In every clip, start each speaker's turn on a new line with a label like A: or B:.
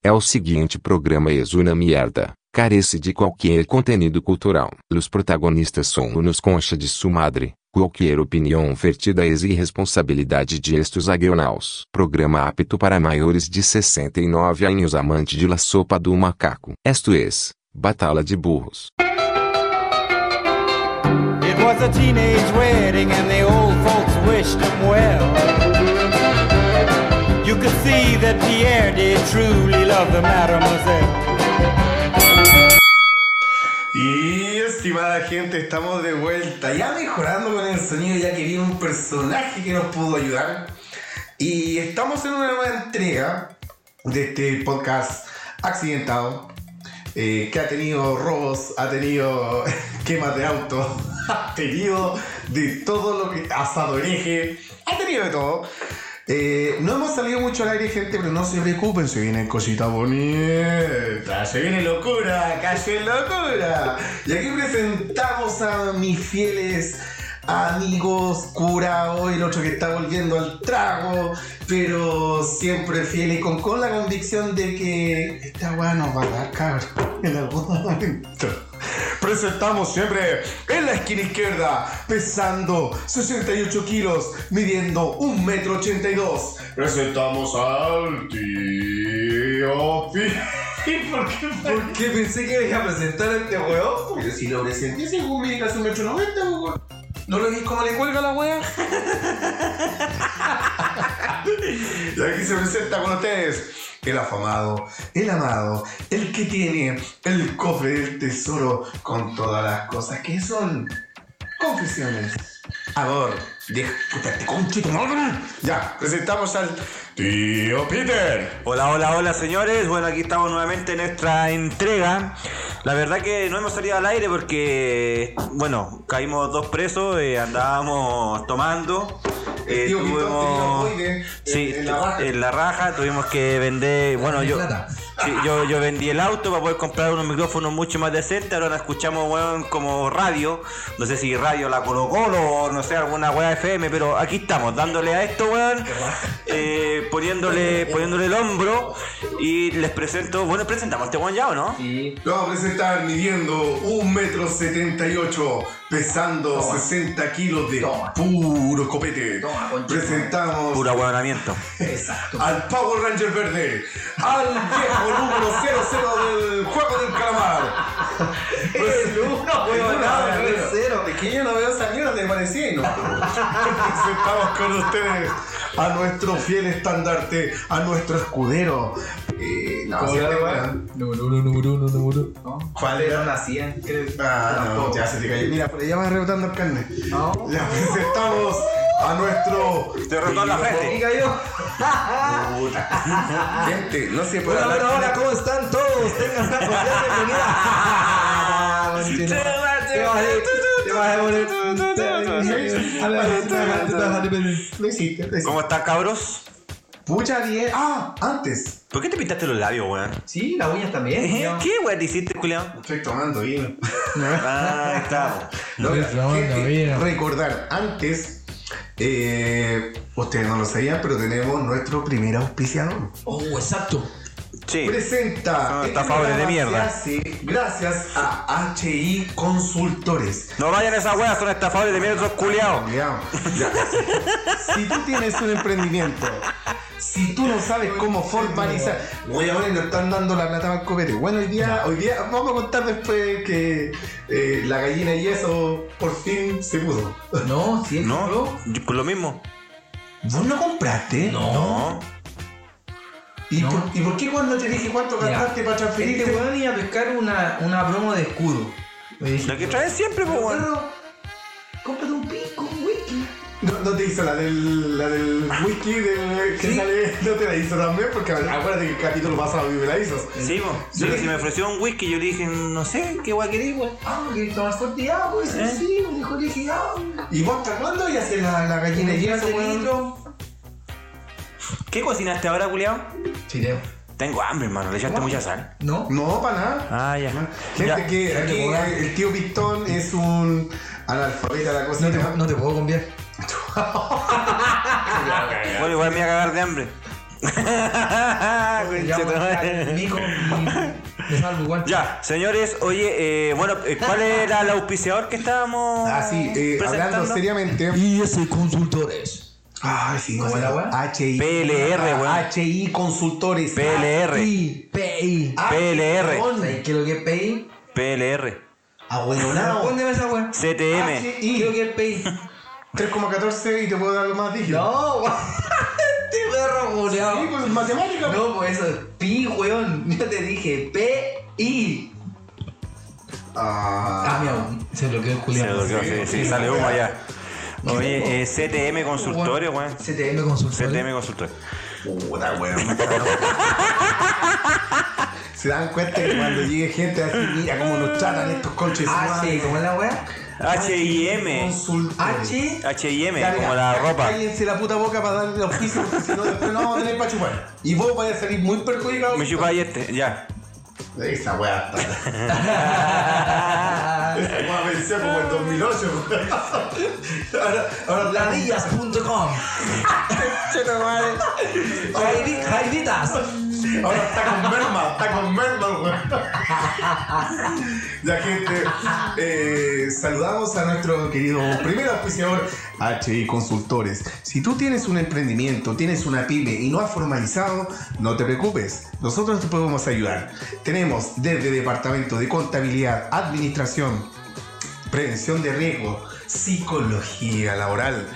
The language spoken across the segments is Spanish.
A: É o seguinte programa es una mierda, carece de qualquer contenido cultural. Os protagonistas são unos concha de su madre. Qualquer opinião vertida es irresponsabilidade de estes aguionaus. Programa apto para maiores de 69 anos amante de la sopa do macaco. Esto es, Batala de Burros.
B: It was a teenage wedding and the old folks wished him well. You could see that Pierre did truly love the mademoiselle.
C: Y estimada gente, estamos de vuelta, ya mejorando con el sonido, ya que vino un personaje que nos pudo ayudar. Y estamos en una nueva entrega de este podcast accidentado, eh, que ha tenido robos, ha tenido quemas de auto, ha tenido de todo lo que... asadoreje, ha tenido de todo. Eh, no hemos salido mucho al aire, gente, pero no se preocupen, se vienen cositas bonitas, se viene locura, calle locura. Y aquí presentamos a mis fieles amigos, curado, el otro que está volviendo al trago, pero siempre fiel y con, con la convicción de que esta weá nos va a dar cabrón en algún momento. Presentamos siempre en la esquina izquierda, pesando 68 kilos, midiendo 1 metro 82. Presentamos al tío Pi- ¿Por qué? ¿Por qué pensé que me iba a presentar a este weón? Pero si lo presenté según mide casi 1 metro 90, weón. ¿No lo vi como le cuelga la weá? Y aquí se presenta con ustedes el afamado, el amado, el que tiene el cofre del tesoro con todas las cosas que son confesiones. Amor, deja, puta, te conche tu madre. Ya, presentamos al tío Peter.
B: Hola, hola, hola señores. Bueno, aquí estamos nuevamente en nuestra entrega. La verdad que no hemos salido al aire porque, bueno, caímos dos presos, eh, andábamos tomando. eh,
C: El tío Pitón
B: tuvimos-
C: tenía un oide
B: sí,
C: en- en la raja.
B: en la raja, tuvimos que vender, bueno, yo,
C: plata.
B: sí, yo, yo vendí el auto para poder comprar unos micrófonos mucho más decentes, ahora la escuchamos weón, como radio, no sé si radio la Colo Colo o no sé, alguna weá FM, pero aquí estamos, dándole a esto, weón, eh, poniéndole, poniéndole el hombro y les presento, bueno, presentamos a este weón ya o no?
C: Lo vamos a presentar midiendo 1 metro 78, pesando 60 kilos de puro copete. Presentamos
B: Puro ahueonamiento.
C: al Power Ranger verde, al viejo número 00 del juego del calamar. El uno,
D: weón, no, no es
C: cero, pequeño no veo esa mierda, te parecía, ¿no? Presentamos con ustedes a nuestro fiel estandarte, a nuestro escudero. Eh, no,
D: ¿Cómo
C: sí,
D: era la
C: te-
D: weá?
E: Número uno, número uno, número uno.
D: ¿Cuál era? Nacían, creo.
C: Ah, no,
D: Tampoco.
C: ya se te cayó. Mira, por allá va rebotando el carne.
D: No.
C: Ya presentamos a nuestro.
B: Te retó la
D: ¿Y
B: frente.
D: cayó?
C: Gente, no se puede
D: Hola,
C: hablar.
D: hola, hola, ¿cómo están todos? Tengan la confianza en mi vida. Conchito. Te vas a ir, te vas a poner- A ver, te vas a- te vas a poner-
C: Lo hiciste, lo hiciste.
B: ¿Cómo están, cabros?
C: Pucha bien. Ah, antes.
B: ¿Por qué te pintaste los labios, weón?
D: Sí, las uñas también.
B: ¿Eh?
D: ¿no?
B: ¿Qué weón hiciste, culiao?
C: Estoy tomando vino.
B: Ah, ahí estamos.
C: No,
E: Estoy tomando
C: gente,
E: vino.
C: Recordar, antes. eh, ustedes no lo sabían, pero tenemos nuestro primer auspiciador.
E: Oh, exacto.
B: Sí.
C: Presenta.
B: Ah,
C: este
B: estafadores de
C: programa
B: mierda.
C: se hace gracias a HI Consultores.
B: No vayan a esas weas, son estafadores de mierda, son culiados.
C: Cuidado. si tú tienes un emprendimiento, si tú no sabes cómo formalizar, güey, ahora nos están dando la plata al copete. Bueno, hoy día, hoy día vamos a contar después que eh, la gallina y eso por fin se pudo.
E: No, sí.
B: ¿No? yo- pues, Lo mismo.
C: ¿Vos no compraste?
B: No.
C: ¿Y,
E: No.
C: Por, y por qué cuando te dije cuánto
E: Ya.
C: gastaste para transferirte?
D: Este
C: güey?
D: weón iba a pescar una, una promo de escudo. Me dije,
B: Lo que traen siempre, pues, weón.
D: "Perro, cómprate un pico, wiki.
C: No, no te hizo la del, la del whisky del, que
D: Sí.
C: sale, no te la hizo también, porque acuérdate que el capítulo pasado me la hizo.
B: Sí, po.
C: Sí.
B: Pero si me ofreció un whisky, yo le dije, no sé, qué weón querés, weón.
D: Ah, que tomar fuerte y agua, pues
B: ¿Eh?
D: sí, me dijo, le dije, ah,
C: ¿Y vos hasta cuándo ya hacer la, la
D: y
C: gallina
D: me
C: y
D: llevas
C: eso,
D: el
C: güey?
D: litro.
B: ¿Qué cocinaste ahora, culiao?
D: Chileo.
B: Tengo hambre, hermano. Le echaste mucha sal.
D: No,
C: No, para nada.
B: Ah, ya.
C: Gente
B: Ya.
C: que aquí eh, el tío Pistón es un analfabeta de la
D: no
C: cocina.
D: te, no te puedo conviar.
B: Bueno, igual me voy a cagar de hambre.
D: Nico, me salvo igual.
B: Ya, señores, oye, eh, bueno, eh, ¿cuál era el auspiciador que estábamos
C: Ah, sí, eh, hablando
B: presentando?
C: seriamente.
E: Y ese consultores.
C: Ay, sí,
D: ¿Cómo
C: sí.
D: la weá?
C: HI.
B: PLR,
C: Ah,
B: weón.
C: HI Consultores.
B: PLR,
D: Y PI.
C: Ah,
B: PLR.
C: perdón.
D: ¿Sabes qué es lo que es PI?
B: PLR,
C: Ah, bueno, nada.
D: Respóndeme esa weá. Ah,
B: CTM,
D: ¿Qué es lo que es PI?
C: 3,14 y te puedo dar algo más dije.
D: No, weón. Este perro
C: Sí,
D: culeado.
C: pues matemática.
D: No, pues eso es PI, weón. Yo te dije PI. Ah,
C: Ah,
D: mira, se bloqueó el
B: se
D: Julián.
B: bloqueó, sí, sí, sale humo allá. Oye, eh, CTM consultorio, weón.
D: CTM consultorio.
B: CTM consultorio.
C: puta, weón. Se dan cuenta que cuando llegue gente así, mira cómo nos tratan estos colches.
D: Ah, sí, ¿cómo es la weá?
B: H&M,
C: Consultores.
D: H.
B: H&M,
C: Ya,
B: como
C: mira,
B: la ropa.
C: Cállense la puta boca para darle los pisos, porque si no, después no vamos a tener para chupar. Y vos vas a salir muy perjudicado.
B: Me chupáis este, ya.
C: Esa weá. Esa weá pensé como en 2008. ahora, ahora
D: Ladillas.com. Jaivi- Jaivitas.
B: Ah,
C: Ahora está con merma, está con merma, weón. Ya, gente, eh, saludamos a nuestro querido primer auspiciador, HI Consultores. Si tú tienes un emprendimiento, tienes una pyme y no has formalizado, no te preocupes, nosotros te podemos ayudar. Tenemos desde Departamento de Contabilidad, Administración, Prevención de Riesgo, Psicología Laboral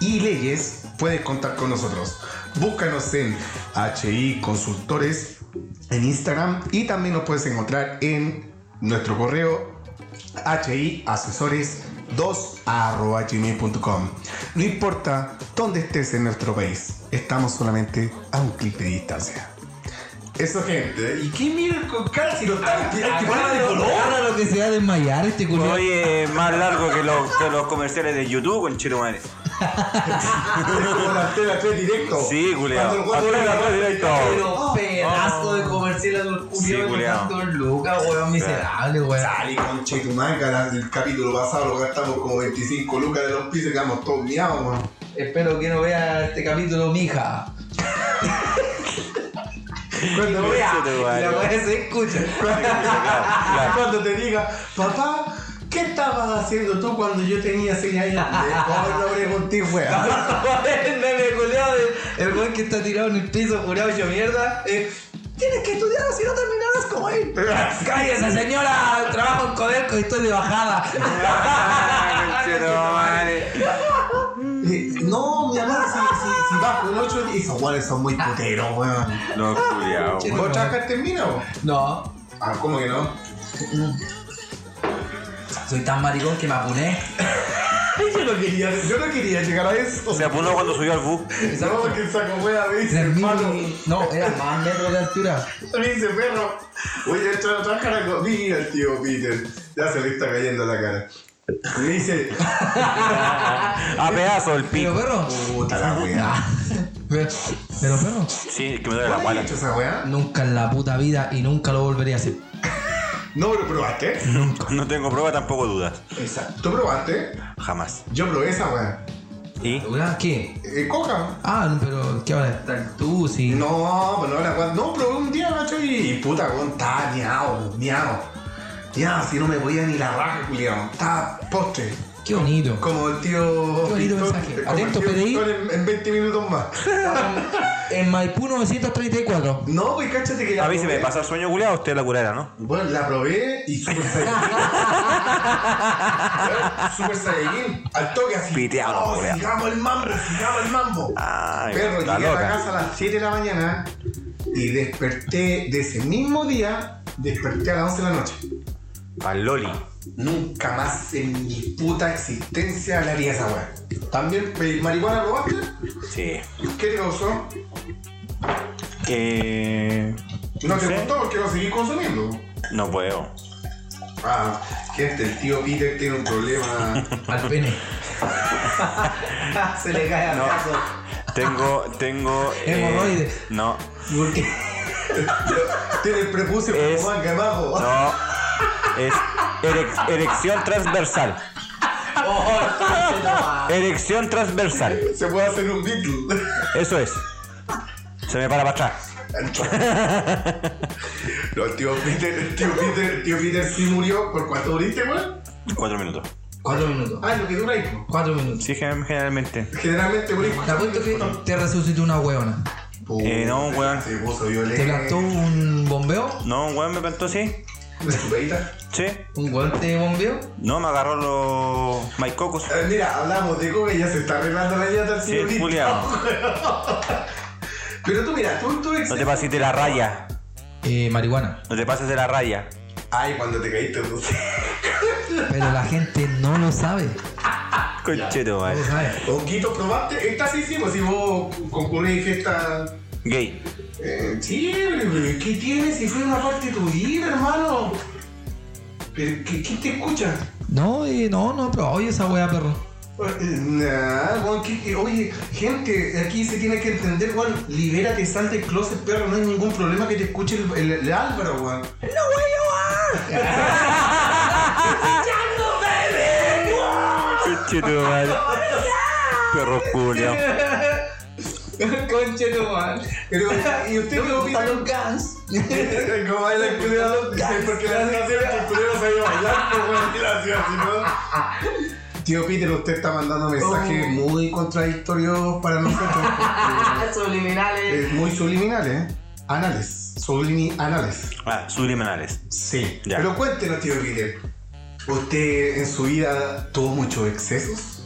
C: y Leyes, puedes contar con nosotros. Búscanos en HI Consultores en Instagram y también nos puedes encontrar en nuestro correo HI Asesores 2 gmail.com. No importa dónde estés en nuestro país, estamos solamente a un clic de distancia. Eso, gente. ¿Y qué miran con cara si lo están
D: Ah, Ahora lo que se va a desmayar este culo.
B: Oye, más largo que los, que los comerciales de YouTube, con chino madre.
C: Como la antena 3 directo.
B: Sí,
C: Cuando
B: culiao.
C: el guapo
B: Antena
C: le-
B: 3 directo.
D: Pero pedazo de comercial azul
B: Oh. Sí,
D: culiado
B: culiao.
D: tanto lucas, weón, miserable, weón.
C: Salí con Chetumanga, el capítulo pasado lo gastamos como 25 lucas de los pisos y quedamos todos miados, weón.
D: Espero que no vea este capítulo, mija.
C: Cuando
D: Lo vea,
B: Conchete, weón.
D: la weá se escucha.
C: Cuando te diga, papá, ¿qué estabas haciendo tú cuando yo tenía 6 años? ¿Cómo no pregunté, weón?
D: el meme culiao de- el weón que está tirado en el piso, curado hecho mierda. eh, Tienes que estudiar o si no terminarás como él. Cállese, señora. Trabajo en Codelco y estoy de bajada.
C: Eh, No, mi amor, si, si, si bajo el 8, esos weones son muy puteros, weón.
B: Los culiao.
D: Che,
C: ¿Vos trabajaste en mina, weón?
D: No,
C: Ah, ¿cómo que no?
D: soy tan maricón que me apuné.
C: Yo no quería, yo no quería llegar a eso.
B: Se apunó cuando subió al bus.
C: No, que saco wea, me dice,
D: Tres mil-
C: hermano.
D: No, era más metros de altura.
C: Me dice, perro. Oye, esto no trabaja la comida. Mira el tío Peter. Ya se le está cayendo la cara. Me dice,
B: A pedazo el
D: Pero
B: pico.
D: perro.
C: puta la wea.
D: Pero pero, perro.
B: Sí, que me duele la
C: ¿Cuál
B: pala.
C: hecho esa wea?
D: Nunca en la puta vida y nunca lo volvería a hacer.
C: No, pero probaste.
B: No tengo prueba, tampoco dudas.
C: Exacto. ¿Tú probaste?
B: Jamás.
C: Yo probé esa wea.
B: ¿Y?
D: ¿Una ¿Qué?
C: Eh, coca.
D: Ah, no, pero ¿qué ahora? Tú sí.
C: No, pero no la wea. No, probé un día, macho, y puta, weón, estaba miao, miao. Ya, si no me podía ni la raja, culiao. Estaba postre.
D: Qué bonito.
C: Como el tío.
D: Qué bonito
C: Pistón,
D: mensaje.
C: como el
D: Atento,
C: tío
D: PDI.
C: Pistón En, en 20 minutos más.
D: En Maipú 934.
C: No, pues cáchate que la.
B: A mí se me
C: probé.
B: pasa el sueño culiao, usted la curará, ¿no?
C: Bueno, la probé y super saiyajin. super saiyajin. Al toque así.
B: Piteado,
C: Oh,
B: culiao.
C: sigamos el mambo, sigamos el mambo.
B: Ay,
C: Perro,
B: está
C: llegué a la
B: loca.
C: casa a las 7 de la mañana y desperté de ese mismo día, desperté a las 11 de la noche.
B: Al Loli.
C: Nunca más en mi puta existencia le haría esa weá. También, eh, ¿marihuana probaste?
B: Sí.
C: ¿Qué te causó?
B: Eh.
C: No te
B: sé.
C: gustó porque lo seguís consumiendo.
B: No puedo.
C: Ah, gente, el tío Peter tiene un problema.
D: Al pene. Se le cae al
B: No. Tengo, tengo. eh,
D: Hemorroide.
B: No,
D: ¿Por qué?
C: tiene el prepucio
B: Es-
C: como manga abajo.
B: no. Es erec- erección transversal. Erección transversal.
C: Se puede hacer un Beatle.
B: Eso es. Se me para para atrás.
C: No, el tío Peter, el tío Peter, el tío Peter sí murió. ¿Por cuánto duriste, weón?
B: Cuatro minutos.
D: Cuatro minutos.
C: Ah, lo que dura ahí. po.
D: Cuatro minutos.
B: Sí, gen- generalmente.
C: Generalmente murís.
D: Te apuesto que te resucitó una huevona.
B: Eh, no, weón.
C: Se puso
D: Te plantó
C: violento.
D: un bombeo.
B: No, un weón me plantó así.
C: ¿De su peita?
B: Sí.
D: Un hueón te bombeó.
B: No, me agarró los maicocos.
C: A ver, Mira, hablamos de cómo ya se está arreglando la llanta al
B: Sí,
C: señorito.
B: culiao.
C: Pero tú, mira, tú, tú ex-
B: No te pases de la raya.
D: Eh, marihuana.
B: No te pases de la raya.
C: Ay, cuando te caíste, tú.
D: Pero la gente no lo sabe.
B: Concheto,
D: No lo
B: madre.
D: sabe.
C: Honguito, probaste. Esta sí, sí, pues si vos concurrís en fiesta.
B: Gay.
C: Eh, sí, pero ¿qué tienes si fue una parte de tu vida, hermano? ¿Pero qué, quién te escucha?
D: No, eh, no, no, pero oye esa wea, perro.
C: Nah, weón, que- que- oye, gente, aquí se tiene que entender, weón, libérate, sal del closet, perro, no hay ningún problema que te escuche el, el- el Álvaro, weón.
B: Concheto, madre. Perro culiao.
D: Conche tu madre.
C: Pero, ¿y usted qué opina?
D: gas.
C: ¿Cómo baila el culero? Porque la hacía hacer que el culero sabía bailar, pues, weón, que la hacía así, ¿no? Oh. Tío Peter, usted está mandando mensajes muy contradictorios para nosotros. porque
D: Subliminales.
C: Es muy subliminales, ¿eh? Anales. Subliminales.
B: Ah, subliminales.
C: Sí.
B: Ya.
C: Pero cuéntenos, tío Peter. ¿Usted en su vida tuvo muchos excesos?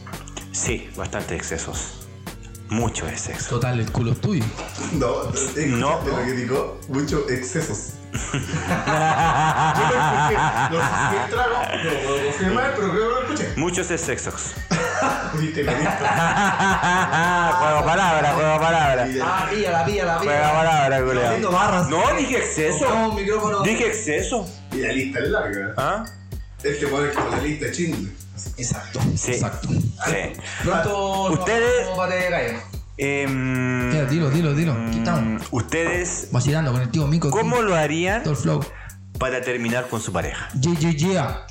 B: Sí, bastante excesos. Mucho es sexo.
D: Total, el culo es tuyo.
C: No, ¿escuchaste
B: No.
C: lo que digo? Muchos excesos. Yo lo escuché, no sé si el trago, no lo confirmé mal, pero creo que lo escuché. Ah,
B: Muchos es sexos.
C: Viste, lo viste.
B: juego palabra, juego palabra.
D: Ah, píllala, píllala,
B: Juego palabra,
D: Haciendo
B: culiao.
D: barras.
B: No, dije exceso.
D: Tocamos micrófono.
B: Dije exceso.
C: Y la lista es larga.
B: ¿Ah?
C: Este pone como la lista de Schindler.
D: Exacto.
B: Sí.
D: Exacto.
B: Sí.
D: Pronto.
B: Ustedes-
D: no, para que caiga.
B: Em,
D: Mira, dilo, dilo, dilo. Aquí
B: mm,
D: estamos.
B: Ustedes,
D: Vacilando con el tío Mico.
B: ¿cómo
D: aquí.
B: lo harían
D: Todo el flow.
B: para terminar con su pareja?
D: Yeah, yeah, yeah.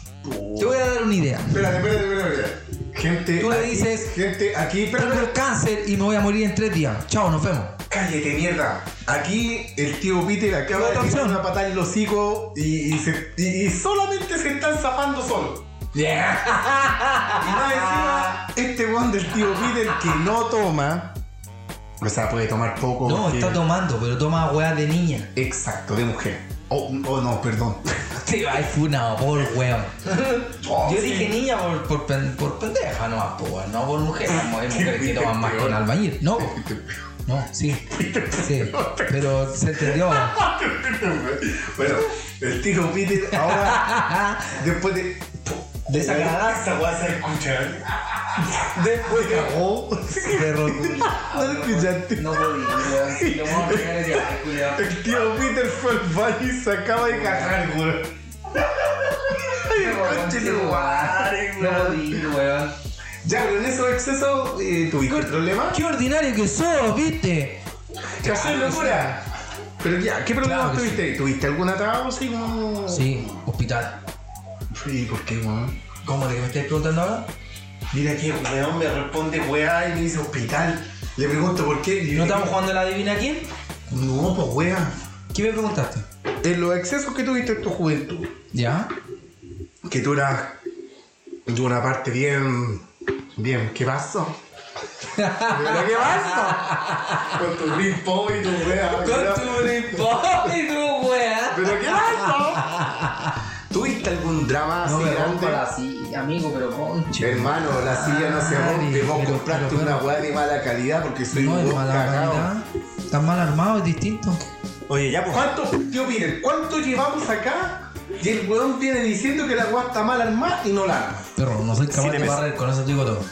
D: Te voy a dar una idea.
C: Espérate, espérate, espérate, espérate. Gente.
D: Tú le
C: aquí-
D: dices-
C: Gente, aquí, espérate.
D: Tengo el cáncer y me voy a morir en tres días. Chao, nos vemos.
C: Cállate, mierda. Aquí el tío Peter acaba
D: Otra
C: de tirar
D: opción.
C: una patada en el hocico y, y se- y- y solamente se están zafando solo. Y más encima, este weón del tío Peter que no toma. O sea, puede tomar poco.
D: No,
C: porque-
D: está tomando, pero toma weá de niña.
C: Exacto, de mujer. Oh, oh, no, perdón.
D: Te va a funado por weón.
C: Oh,
D: Yo
C: sí.
D: dije niña por, por, pen- por pendeja, no, po, weón, no por mujer. Como hay mujeres que toman más que un albañil. No, po. no, sí. Sí, pero se entendió.
C: Bueno, el tío Peter ahora, después de.
D: De esa cagada,
C: weá se escucha. ¿eh? Después de.
D: perro culiao.
C: No lo escuchaste.
D: No podía, weón. Si lo vamos a pegar es ya, culiao.
C: El tío Peter fue al baño y se acaba de cagar, güey. Conche tu madre,
D: No
C: güey.
D: podía, weón.
C: Ya, pero en esos excesos, eh, ¿tuviste problema?
D: Qué ordinario que sos, viste.
C: ¿Qué haces, locura? Pero ya, ¿qué problemas
D: Claro que
C: tuviste? ¿Tuviste algún atraso? Sí, como...
D: Sí, hospital.
C: Sí, ¿por qué, weón?
D: ¿Cómo te me estás preguntando ahora?
C: Mira que weón me responde weá y me dice hospital. Le pregunto por qué.
D: ¿No
C: y yo le
D: estamos jugando la adivina quién?
C: digo, No, pues weá.
D: ¿Qué me preguntaste?
C: En los excesos que tuviste en tu juventud,
D: ¿Ya?
C: que tú eras de una parte bien. Bien, ¿qué pasó? ¿Pero qué pasó? Con tu ritmo y tu wea. ¿verdad?
D: y tu wea.
C: ¿Pero qué pasó? ¿Tuviste algún drama
D: No
C: así
D: me
C: grande?
D: rompa la silla, amigo, pero conche.
C: Hermano, la silla no se
D: Ay,
C: rompe. Vos
D: pero-
C: compraste
D: pero-
C: una weá de mala calidad porque soy
D: No
C: un
D: es
C: weón
D: mala
C: cagado.
D: calidad. Están mal armados, es distinto.
B: Oye, ya, pues.
C: Eh, ¿Cuánto, tío Peter, cuánto llevamos acá? Y el weón viene diciendo que la weá está mal armada y no la arma.
D: Pero no soy capaz
B: Siete
D: de
B: meses.
D: barrer, con eso te digo todo.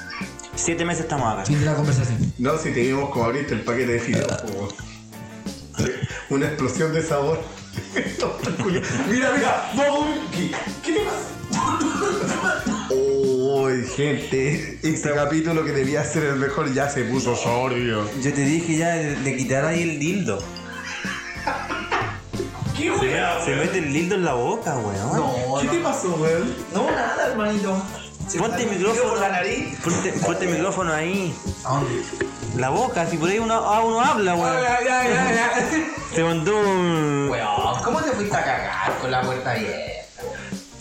B: Siete meses estamos acá.
D: Fin de la conversación.
C: No, si te vimos como abriste el paquete de fideos, po, weón. Una explosión de sabor. mira, mira, vos, ¿qué, qué te pasa? Uy, gente, este capítulo que debía ser el mejor ya se puso sorbio.
B: Yo te dije ya de quitar ahí el dildo.
C: ¿Qué
B: Se mete el dildo en la boca, weón.
D: No,
C: ¿Qué te pasó, weón?
D: no, nada, hermanito.
B: Ponte el micrófono. Ponte, ponte el micrófono ahí.
D: ¿A dónde?
B: La boca, si por ahí uno, ah, uno habla, weón.
D: Ya, ya, ya, ya.
B: Se mandó un...
D: Weón, ¿cómo te fuiste a cagar con la puerta abierta?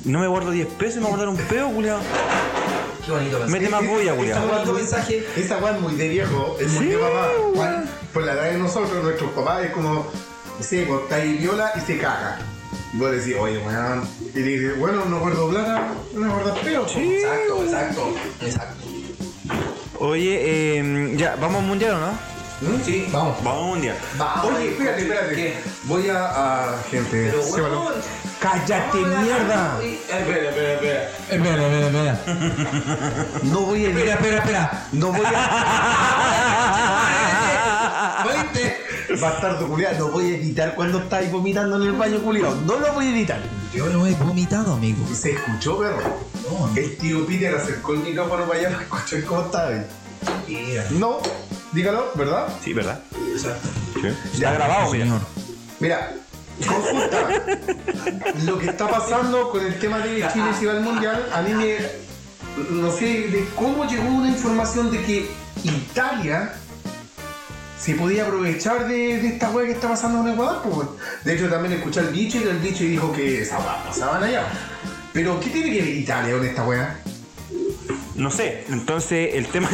B: No me guardo 10 pesos y me guardaron un pedo, culiao.
D: Qué bonito mensaje.
B: Mete más bulla, culiao.
D: Qué bonito mensaje.
C: Esa weá es muy de viejo, es muy
B: Sí,
C: de papá.
B: weón.
C: Juan, Por la edad de nosotros, nuestros papás es como, sí, cortáis viola y se caga. Y vos decís, oye, weón. Y le dices, bueno, no guardo plata, no guardo peo. Sí.
D: Exacto, exacto, exacto.
B: Oye, eh, ya, ¿vamos al mundial o no?
D: Sí, vamos.
B: ¿Mm? Vamos al mundial.
D: Vamos.
C: Oye, espérate, espérate.
D: ¿Qué?
C: Voy a, a- gente.
D: Pero
C: se
D: weón.
C: paró.
E: ¡Cállate, mierda! Eh,
D: Ay, Espera, espera, espera.
E: Espera, espera, espera. No voy a. Espera, espera, espera. No voy a. ¿Oíste?
C: Bastardo culiado.
E: No voy a editar cuando estáis vomitando en el baño, culiao. No lo voy a editar. Yo lo he vomitado, amigo.
C: Se escuchó, perro.
E: No,
C: El tío Peter acercó el micrófono para allá para escuchar cómo estaba. ahí. No, dígalo, ¿verdad?
B: Sí, ¿verdad?
D: Exacto.
B: Está grabado, mira.
E: señor.
C: Mira, consulta. lo que está pasando con el tema de Chile si va al mundial, a mí me. No sé de cómo llegó una información de que Italia se podía aprovechar de, de esta weá que está pasando en Ecuador. Pues, weón. de hecho, también escuché al bicho y el bicho dijo que esa weá pasaban allá. Pero, ¿qué tiene que ver Italia con esta weá?
B: No sé, entonces el tema...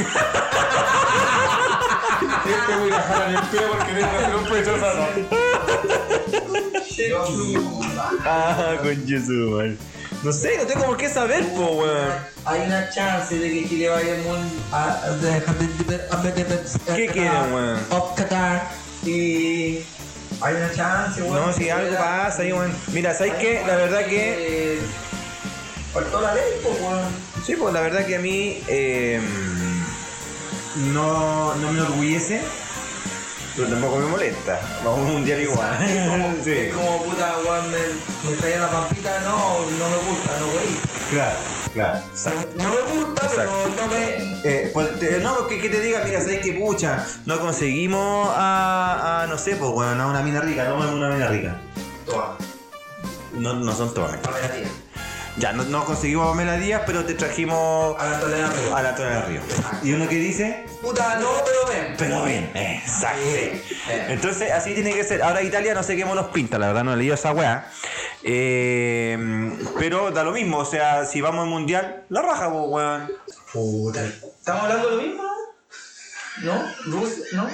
C: Este voy a dejar en el pelo porque tengo que hacer un pecho
D: Dios mío.
B: ah, con Jesús, weón. No sé, no tengo por qué saber, po, weón.
D: Hay una chance de que Chile vaya Ah, muy a,
B: ¿Qué quieren, weón?
D: Of Qatar y hay una chance, weón.
B: No, si algo pasa ahí, weón. Mira, ¿sabes qué? La verdad que...
D: Eh, Faltó la ley, pues, weón.
B: Sí, pues la verdad que a mí... eh, no, no me orgullece. Pero tampoco me molesta. Vamos a un mundial igual. sí,
D: Es como puta, weón, me, me traía la pampita, no, no me gusta, no voy.
B: claro, claro.
D: No me gusta, pero no me.
B: Eh, pues, te- no, porque que te diga, mira, sabes que pucha, no conseguimos a, a, no sé, pues bueno, a una mina rica, no a una mina rica.
D: Toma,
B: No, no son todas.
D: para la tía.
B: Ya, no, no conseguimos a Pamela Díaz, pero te trajimos
D: A la tolera,
B: a la Torre del Río. ¿Y uno que dice?
D: Puta, no, pero ven.
B: Pero bien, exacto.
D: Bien.
B: Entonces, así tiene que ser. Ahora Italia no sé qué monos pinta, la verdad no he leído esa weá. Eh, pero da lo mismo, o sea, si vamos al mundial, la raja, pues weón.
D: Puta. ¿Estamos hablando de lo mismo? ¿No? ¿Rusia? ¿No?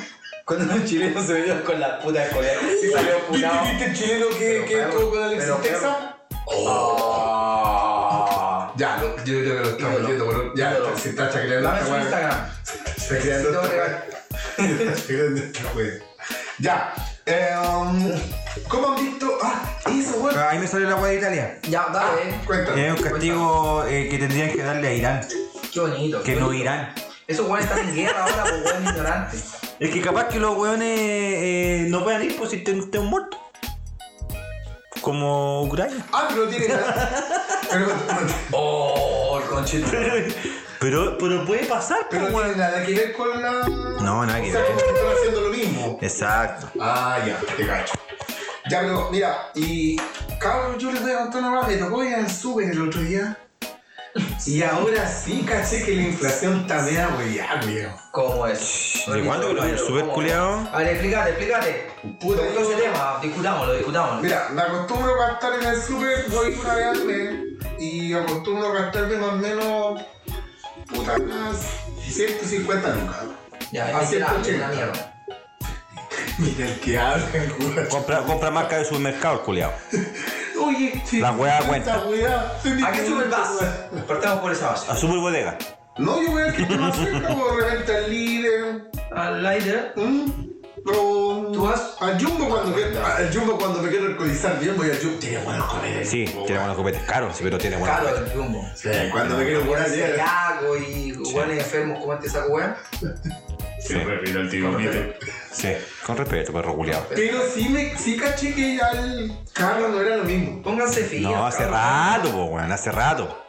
D: Cuando los chilenos se veían con la puta escolar, sí salió funado.
C: ¿Viste el chileno que,
D: Pero,
C: que entró con Alexis
D: pero,
C: Texas? Oh. Ya, lo- yo creo que lo estamos
D: Ídolo.
C: viendo, boludo. Ya,
D: Ídolo.
C: se está chacreando
D: Dame
C: esta
D: su
C: weá.
D: Instagram.
C: Se está creando
D: No,
C: esta weá. Se está creando esta weá. Ya. eh, um, ¿Cómo han visto? Ah, eso, weón.
B: Ahí me salió la weá de Italia.
D: Ya, dale.
B: Y hay
C: Cuéntame.
B: Ah. un castigo eh, que tendrían que darle a Irán,
D: Qué bonito.
B: que
D: qué
B: no
D: bonito.
B: Irán.
D: Esos weones están en guerra ahora, pues weón ignorante.
B: Es que capaz que los weones eh, no puedan ir pues si estén estén muertos. Como Ucrania.
C: Ah, pero tiene. Pero,
D: Oh, el conchito.
B: Pero, pero puede pasar, pues,
C: pero no
B: weón.
C: tiene nada que ver con la.
B: No, nada que
C: o sea,
B: ver.
C: como que están haciendo lo mismo.
B: Exacto.
C: Ah, ya, te cacho. Ya, pero mira, y cabrón, yo les voy a contar una weá, me tocó ir al súper el otro día. Y ahora sí caché que la inflación está media weyá, weón.
D: ¿Cómo es?
B: ¿De cuándo que lo ven? Súper
D: ¿Cómo?
B: culiao.
D: A ver, explícate, explícate.
C: Puta,
D: Puta, ¿Cómo
C: yo-
D: ese tema? Discutámoslo, discutámoslo.
C: Mira, me acostumbro a gastar en el súper, voy una vez al mes. Y acostumbro a gastarme más o menos, puta, unas 150 lucas.
D: Ya,
C: a
D: es que la-
C: 180.
D: la mierda.
C: Mira el que habla, weón.
B: Compra, compra marca de supermercado, culiao.
C: Oye,
B: La weá
C: esa
B: cuenta.
C: weá,
D: ¿A qué sube el vaso? Partamos por esa base.
B: A superbodega.
C: No, yo voy a que tú no sé como reventa el pues, líder.
D: Al aire.
C: Mm, Pero.
D: ¿Tú vas?
C: Al Jumbo cuando, que- al Jumbo cuando me quiero alcoholizar bien voy al Jumbo. Tiene buenos colegas.
B: Sí, tiene buenos copetes caros, sí, pero tiene buenos
D: Claro,
B: copetes.
D: el rumbo.
C: Sí, cuando me quiero curar bien.
D: Sayago y weones enfermos como este saco weón.
B: Sí, sí. Con respeto, perro culiao.
C: Pero sí, me, sí caché que ya el carro no era lo mismo.
D: Pónganse fríos.
B: No, hace rato, po, weón, hace rato.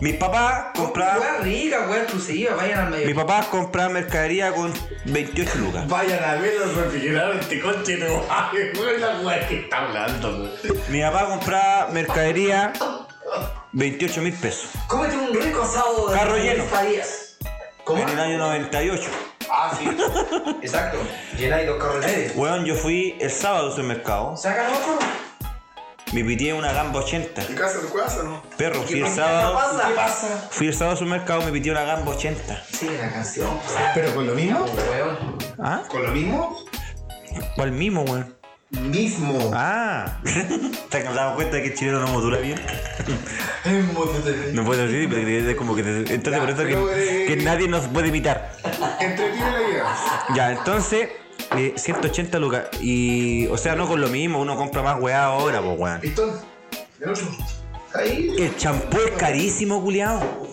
B: Mis papás compraban.
D: Weón rica, weón exclusiva, vayan al
B: Mi
D: medio.
B: papá compraba mercadería con 28 lucas.
C: Vayan a ver los refrigeradores, este coche no vale. No es la weá que está hablando, güey.
B: Mi papá compraba mercadería 28 mil pesos.
D: Cómete un rico asado de
B: Carro lleno.
D: Estadías. ¿Cómo?
B: En el año 98.
C: Ah,
D: sí. Exacto. Llenáis dos carros y medio.
B: Weón, yo fui el sábado al supermercado.
D: Saca otro.
B: Me pidí una gamba 80.
C: ¿En casa de casa no?
B: Perro, fui el
D: ¿Qué
B: sábado.
D: pasa? ¿Qué pasa?
B: Fui el sábado al supermercado, me pidí una gamba 80.
D: Sí, la canción.
C: ¿Pero con lo mismo?
D: Oh, Weón.
B: ¿Ah?
C: ¿Con lo mismo?
B: ¿Cuál mismo, weón?
C: Mismo.
B: Ah. ¿Te has dado cuenta que el chileno no modula bien?
D: Es muy entretenido.
B: No puedo decir, pero es como que... te- Entonces
C: Ya,
B: por eso
C: pero,
B: que,
C: eh,
B: que nadie nos puede imitar.
C: Entretiene la vida.
B: Ya, entonces... eh, 180 lucas. Y... O sea, no con lo mismo, uno compra más weá ahora, pues weón.
C: Pistón. El otro. Ahí.
B: El champú es carísimo, culiao.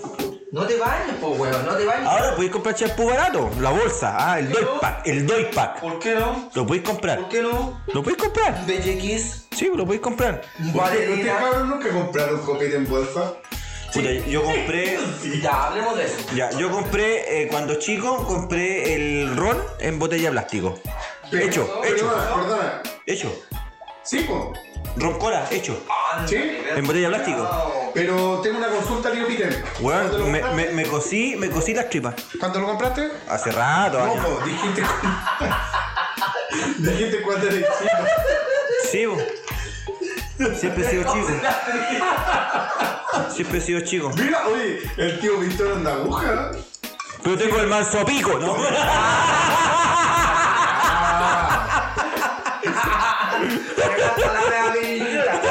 D: No te bañes, po, weón. No te bañes.
B: Ahora podéis comprar champú barato, la bolsa, ah, el doy pack, el doy pack.
D: ¿Por qué no?
B: Lo podéis comprar.
D: ¿Por qué no?
B: Lo podéis comprar.
D: BX,
B: Sí, lo podéis comprar.
C: ¿Ustedes,
D: Valerina.
C: cabros, nunca compraron copete en bolsa?
B: Puta, yo compré.
D: Ya, hablemos de eso.
B: Ya, yo compré, eh, cuando chico, compré el ron en botella de plástico.
C: Pero-
B: Hecho, hecho,
C: Perdona, perdona.
B: hecho.
C: Sí, po.
B: Ron cola, hecho.
C: Sí.
B: En botella de plástico.
D: No.
C: Pero tengo una consulta, Leo Peter. ¿Cuándo lo
B: Weón, me,
C: compraste?
B: me, me cosí, me cosí las tripas.
C: ¿Cuándo lo compraste?
B: Hace rato,
C: No,
B: años.
C: po, dijiste. dijiste cuándo eres chico.
B: Sí, bo. Siempre he sido chico. Siempre he sido chico.
C: Mira, oye, el tío Víctor anda aguja.
B: Pero tengo el manso pico, ¿no?
D: Palabra habilitada.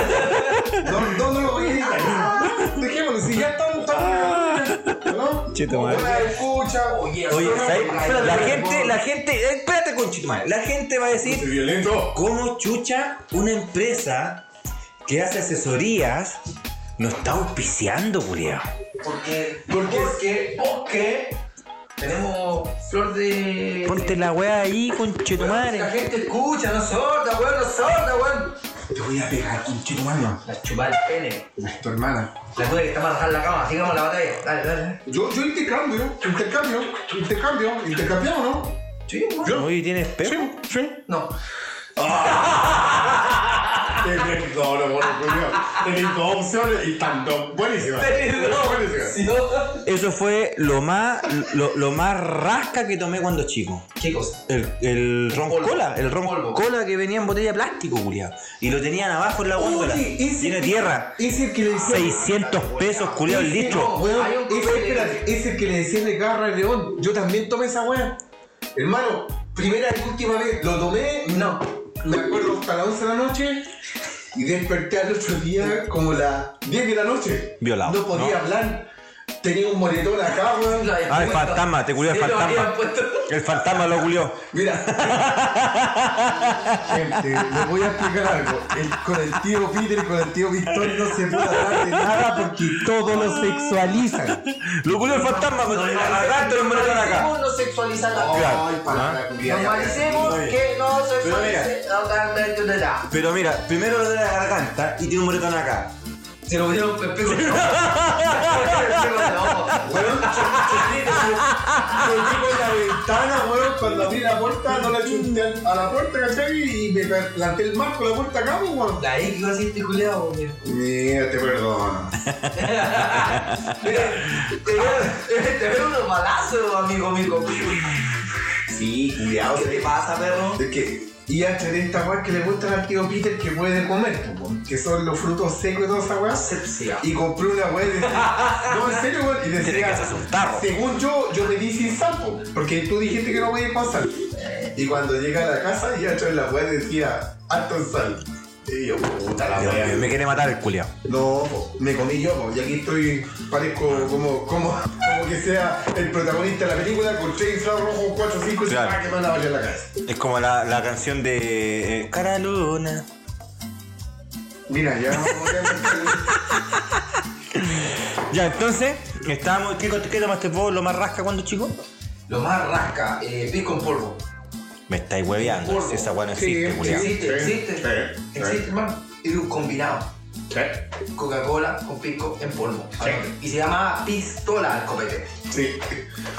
C: No, no, no lo voy a editar. Dejémoslo, si ya estamos tan. ¿No?
B: Chito,
C: Una
B: madre.
C: escucha. Oye,
B: Oye,
C: suena-
B: ¿sabes?
C: Espérate,
B: La
C: espérate,
B: gente,
C: por
B: la
C: favor.
B: gente, eh, espérate conchito, la gente va a
C: Soy
B: decir,
C: violento.
B: ¿cómo chucha una empresa que hace asesorías nos está auspiciando, culiao?
D: Porque,
C: ¿Por qué?
D: porque, porque tenemos flor de.
B: Ponte la weá ahí, conchito
D: La
B: madre.
D: gente escucha, no es sorda, weón, no es sorda, weón.
C: Te voy a pegar con chico mano.
D: La chupada del pene.
C: Tu hermana.
D: La tuya que está más baja en la cama, sigamos la batalla. Dale, dale.
C: Yo, yo intercambio, intercambio, intercambio, intercambiamos, ¿no?
D: Sí, weón.
B: Oye, tienes pelo.
C: Sí.
D: No.
C: Te perdono, bueno, coño. Tenéis dos opciones y tanto. Buenísima. Buenísima.
B: Eso fue lo más, lo, lo más rasca que tomé cuando chico.
D: Chicos,
B: El, el ron
D: Polvo.
B: cola, el ron
D: Polvo.
B: cola que venía en botella de plástico, culiao. Y lo tenían abajo en la góndola.
C: ese-
B: Tiene tierra.
C: Ese es el que le decía.
B: 600 pesos, culiao, el litro.
C: Weón,
D: Hay un
C: ese,
D: copete.
C: espérate, ese es el que le decía de garra de león. Yo también tomé esa wea. Hermano, primera y última vez lo tomé. No. Me acuerdo hasta las 11 de la noche y desperté al otro día como las 10 de la noche.
B: Violado,
C: No podía
B: ¿no?
C: hablar. Tenía un moretón acá, weón.
D: lo habían
B: Ah, el
D: puesto.
B: fantasma, te culió el
D: Sí, lo habían
B: fantasma.
D: puesto.
B: El fantasma lo culió.
C: Mira. Gente, les voy a explicar algo. El- con el tío Peter y con el tío Víctor no se puede hablar de nada porque todo lo sexualizan.
B: Lo culió el fantasma, pero agarraste los monedas acá.
D: Normalicemos no sexualizar la
C: Ay,
B: Claro.
C: para
B: Ah.
C: la culiada.
D: Normalicemos que no
B: Pero mira.
D: sexualicen la garganta de la.
B: Pero mira, primero lo de la garganta y tiene un moretón acá.
D: Se lo pues, pusieron un espejo en el ojo. Weón,
C: Yo llego a la ventana, weón, cuando abrí la puerta, no la chunté al- a la puerta, ¿cachai? Y me planté el marco de la puerta acá, pues, weón.
D: La X este va a ser culiado, weón.
C: Mira, te perdono.
D: Mira, te veo, te veo unos balazos, amigo mío.
C: Sí, cuidado,
D: ¿Qué te pasa, perro?
C: Es que. Y antes de esta weá que le gustan al tío Peter que puede comer, pues, weón, que son los frutos secos y toda esa weá.
D: Asepsia.
C: Y compré una weá y decía, no, en serio, weón. Y
B: Tiene que
C: decía,
B: hacerse un tarro.
C: según yo, yo pedí sin sapo, porque tú dijiste que no voy a ir con sal. Y cuando llega a la casa, ya trae la weá decía, alto en sal. Y yo, puta la
B: Dios mío, me
C: weá.
B: quiere matar el culiao.
C: No, po, me comí yo, po, y aquí estoy, parezco como, como, como que sea el protagonista de la película con tres inflados rojos, cuatro, cinco, y se
B: Claro.
C: va a quemar la olla en la casa.
B: Es como la, la canción de. eh, Cara luna.
C: Mira, ya vamos a
B: Ya, entonces, estábamos. ¿Qué, qué tomaste vos lo más rasca cuando chico?
D: Lo más rasca, eh, pisco en polvo.
B: Me estáis hueveando.
D: Gordo.
B: si Esa weá no existe,
C: Sí,
B: culiao.
D: Existe,
C: Sí,
D: existe.
C: sí, sí.
D: existe, hermano. Era un combinado. Coca-Cola con pisco en polvo. Y se llamaba pistola el copete.
C: Sí,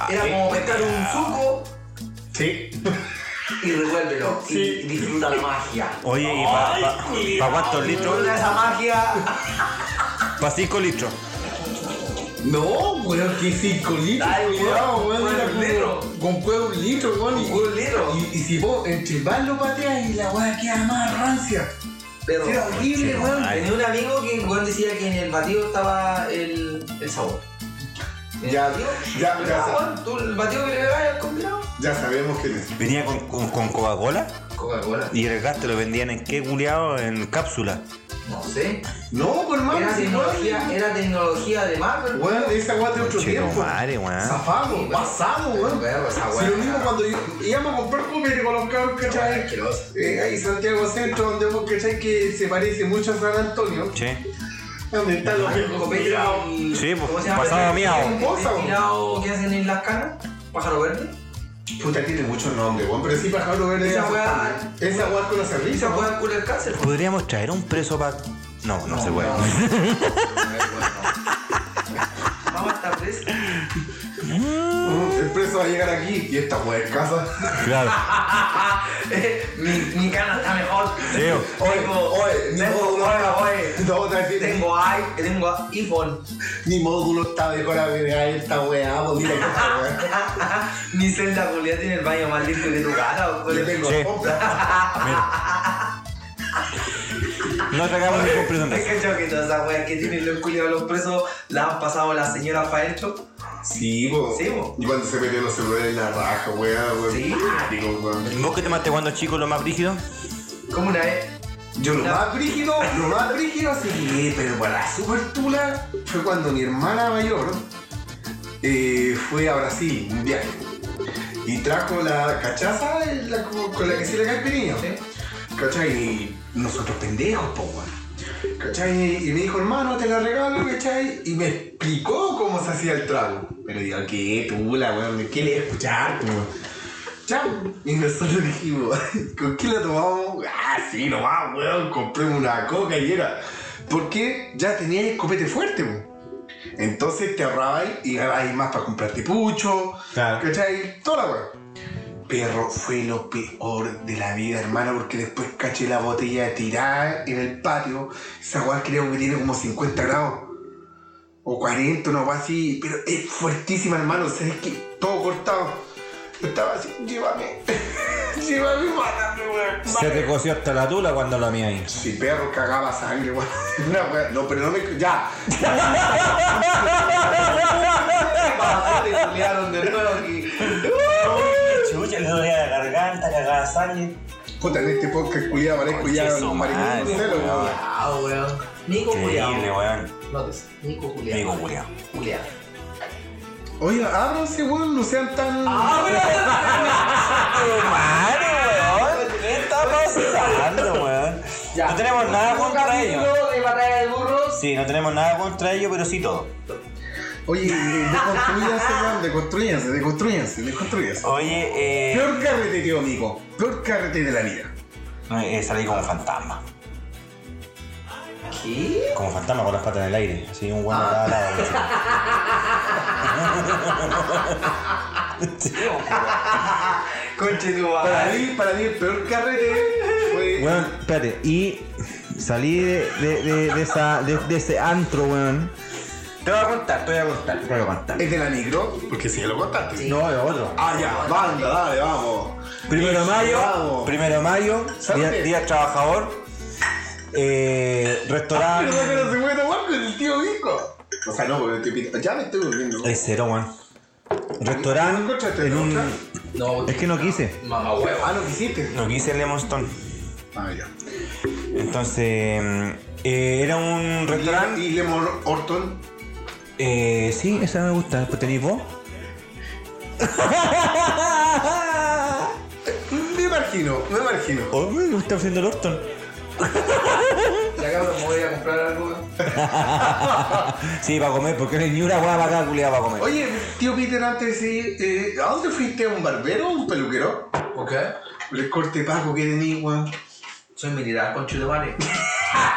D: Era como mezclar un suco
C: sí.
D: y revuélvelo. y-
C: Sí.
D: Y disfruta la magia.
B: Oye, ¿y para cuántos litros?
D: Disfruta esa magia.
B: Para 5 litros.
C: No, weón, que 5 litros,
D: Ay, weón,
C: cuidado,
D: fue
C: era
D: un
C: como-
D: litro.
C: Con fue un litro, weón. y-
D: Un litro.
C: Y, y si vos entre más lo pateas y la weá queda más rancia.
D: Pero
C: Era horrible, weón.
D: Tenía un amigo que weón, decía que en el batido estaba el, el sabor. En
C: Ya,
D: el batido,
C: ya, ya.
D: Ah, weón, tú el batido que le pegas al compilado.
C: Ya sabemos quién es.
B: Venía con, con- con Coca-Cola
D: Coca-Cola.
B: y el gas te lo vendían en qué culiado, en cápsula.
D: No sé.
C: No, por más
D: Era
C: si
D: tecnología, era tecnología de Marvel.
C: no- Weón, esa weá de otro
B: Che, tu
C: tiempo.
B: madre, weón.
C: Zafamos,
D: ¿ah? Sí,
C: pasamos,
D: pero,
C: weón.
D: perro, esa
C: Si
D: weá.
C: lo mismo cuando yo- íbamos a comprar comer con los cabros,
D: Weón,
C: ¿cachai?
D: asqueroso.
C: Eh, ahí Santiago Centro, donde vos cachai que se parece mucho a San Antonio.
B: Che.
C: Donde están los
D: Hay un
C: viejos
D: copete
C: culiados.
D: y-
B: Sí, pues,
D: ¿cómo se llama?
B: pasaba
D: El-
B: miau.
D: el- el Mirado que hacen en las canas, pájaro verde.
C: Puta, tiene muchos nombres, weón, pero sí pájaro verde.
D: Esa
C: es-
D: weá-
C: eh, Esa weá con la
D: Y
C: cerveza,
D: se
C: weón.
D: puede curar el cáncer. pues.
B: ¿Podríamos traer un preso para.? No, no, se puede.
D: no. Vamos a estar presos.
C: Mm, El preso va a llegar aquí y esta weá es casa.
B: Claro.
D: Eh, mi, mi cana está mejor.
B: Leo.
D: Tengo,
C: Oye, ni
D: tengo,
C: módulo,
D: oye, oye.
C: no, tranquilo.
D: tengo i- tengo iPhone.
C: Ni módulo está decorado, mira, ahí esta weá, pues mira que esta weá.
D: mi celda culia tiene el baño más limpio que tu cara.
C: Yo
D: güey.
C: tengo
B: Sí.
C: compra.
B: No sacamos ningún preso en
D: Es
B: casa.
D: que yo que todas esas weas que tienen los culiados los presos las han pasado las señoras para adentro.
C: Sí, po.
D: Sí, po.
C: Y cuando se metió los celulares en la raja, weá, weón.
D: Sí.
C: Digo, weón.
B: ¿Vos qué te maté cuando chico lo más brígido?
D: Como una vez.
C: Yo lo
D: La-
C: más brígido, lo más brígido así que, pero para la super tula, fue cuando mi hermana mayor eh, fue a Brasil, un viaje. Y trajo la cachaza eh, la- con con la que se le cae el piriño. ¿Cachai? Y nosotros pendejos, po, weón. ¿Cachai? Y me dijo, hermano, te la regalo, ¿cachai? Y me explicó cómo se hacía el trago. Pero digo, ¿qué tula, weón? ¿Qué le voy a escuchar, po, weón? Chao. Y nosotros dijimos, ¿con qué la tomamos? Ah, sí, nomás, weón, compremos una coca y era. Porque ya tenías el copete fuerte, weón. Entonces te ahorrabas y ganabas más para comprarte pucho, ¿cachai? Toda la weón. Perro fue lo peor de la vida, hermano, porque después caché la botella tirada en el patio. Esa weá creo que tiene como 50 grados. O 40, una weá así. Pero es fuertísima, hermano. ¿Sabes qué? Todo cortado. Yo estaba así, llévame. llévame, mátame, weón. mátame".
B: coció hasta la tula cuando la mía ahí.
C: Si perro cagaba sangre, weón. Una weá- No, pero no me. Ya.
D: Te Ah, culiaron de nuevo aquí.
B: Chucha, le dolía la garganta, cagada sangre.
C: Puta, en este podcast culiado, parezco ya
B: Conche su
C: un
B: madre,
C: maricón de celo,
B: weón.
C: weón.
D: Ah, weón. Nico
B: Increíble,
D: culiado.
B: weón.
D: No te sé. Nico culiado.
B: Nico culiao.
D: Culiado.
C: Oye, ábranse, weón, no sean tan.
B: ¿Qué está pasando, weón? No tenemos nada contra ellos.
D: de batalla de burros.
B: Sí, no tenemos nada contra ellos, pero sí todo.
C: Oye, deconstruyanse, weón, deconstruyanse, deconstruyanse, deconstruyanse.
B: Oye, eh,
C: Peor carrete, tío, amigo. Peor carrete de la vida.
B: no, eh, salí como fantasma.
D: ¿Qué?
B: Como fantasma con las patas en el aire. Así un weón a cada lado.
D: Conche tu
C: Para
D: madre.
C: mí, para mí, el peor carrete fue.
F: Weón, espérate, y salí de, de, de, de esa, de, de ese antro, weón.
B: Te voy a contar, te voy a contar.
F: Voy a contar.
C: Es de la micro, porque si ya lo contaste.
F: No, es otro.
C: Ah, ya, banda, dale, vamos.
B: Primero de mayo,
C: Bravo.
B: primero de mayo, día,
C: Sálvate.
B: día trabajador, eh,
C: Pero
B: restaurante.
C: no se puede tomar con el tío Vico. O sea, no, porque estoy pito. Ya me estoy durmiendo.
B: Es cero, weón. Restaurante
C: ¿Encontraste
B: en
C: otra?
B: un.
D: No,
F: Es que no quise.
D: mamá huevo.
C: Ah, lo que hiciste.
B: Lo que hice en Lemonstone.
C: Ah, ya.
B: Entonces, mm, eh, era un restaurante.
C: Y Lemon Orton.
B: Eh, sí, esa me gusta. ¿Pues tenéis vos?
C: Me imagino, me imagino.
B: Oh, me gusta haciendo el Orton.
D: Ya cabrón, me voy a comprar algo.
B: Sí, para comer, porque no hay ni una weá para acá culiada para comer.
C: Oye, tío Peter, antes de ir, eh, ¿a dónde fuiste? ¿A un barbero o un peluquero?
D: ¿Por
C: El corte pago que tenía, weón.
D: Soy militar, conche tu madre.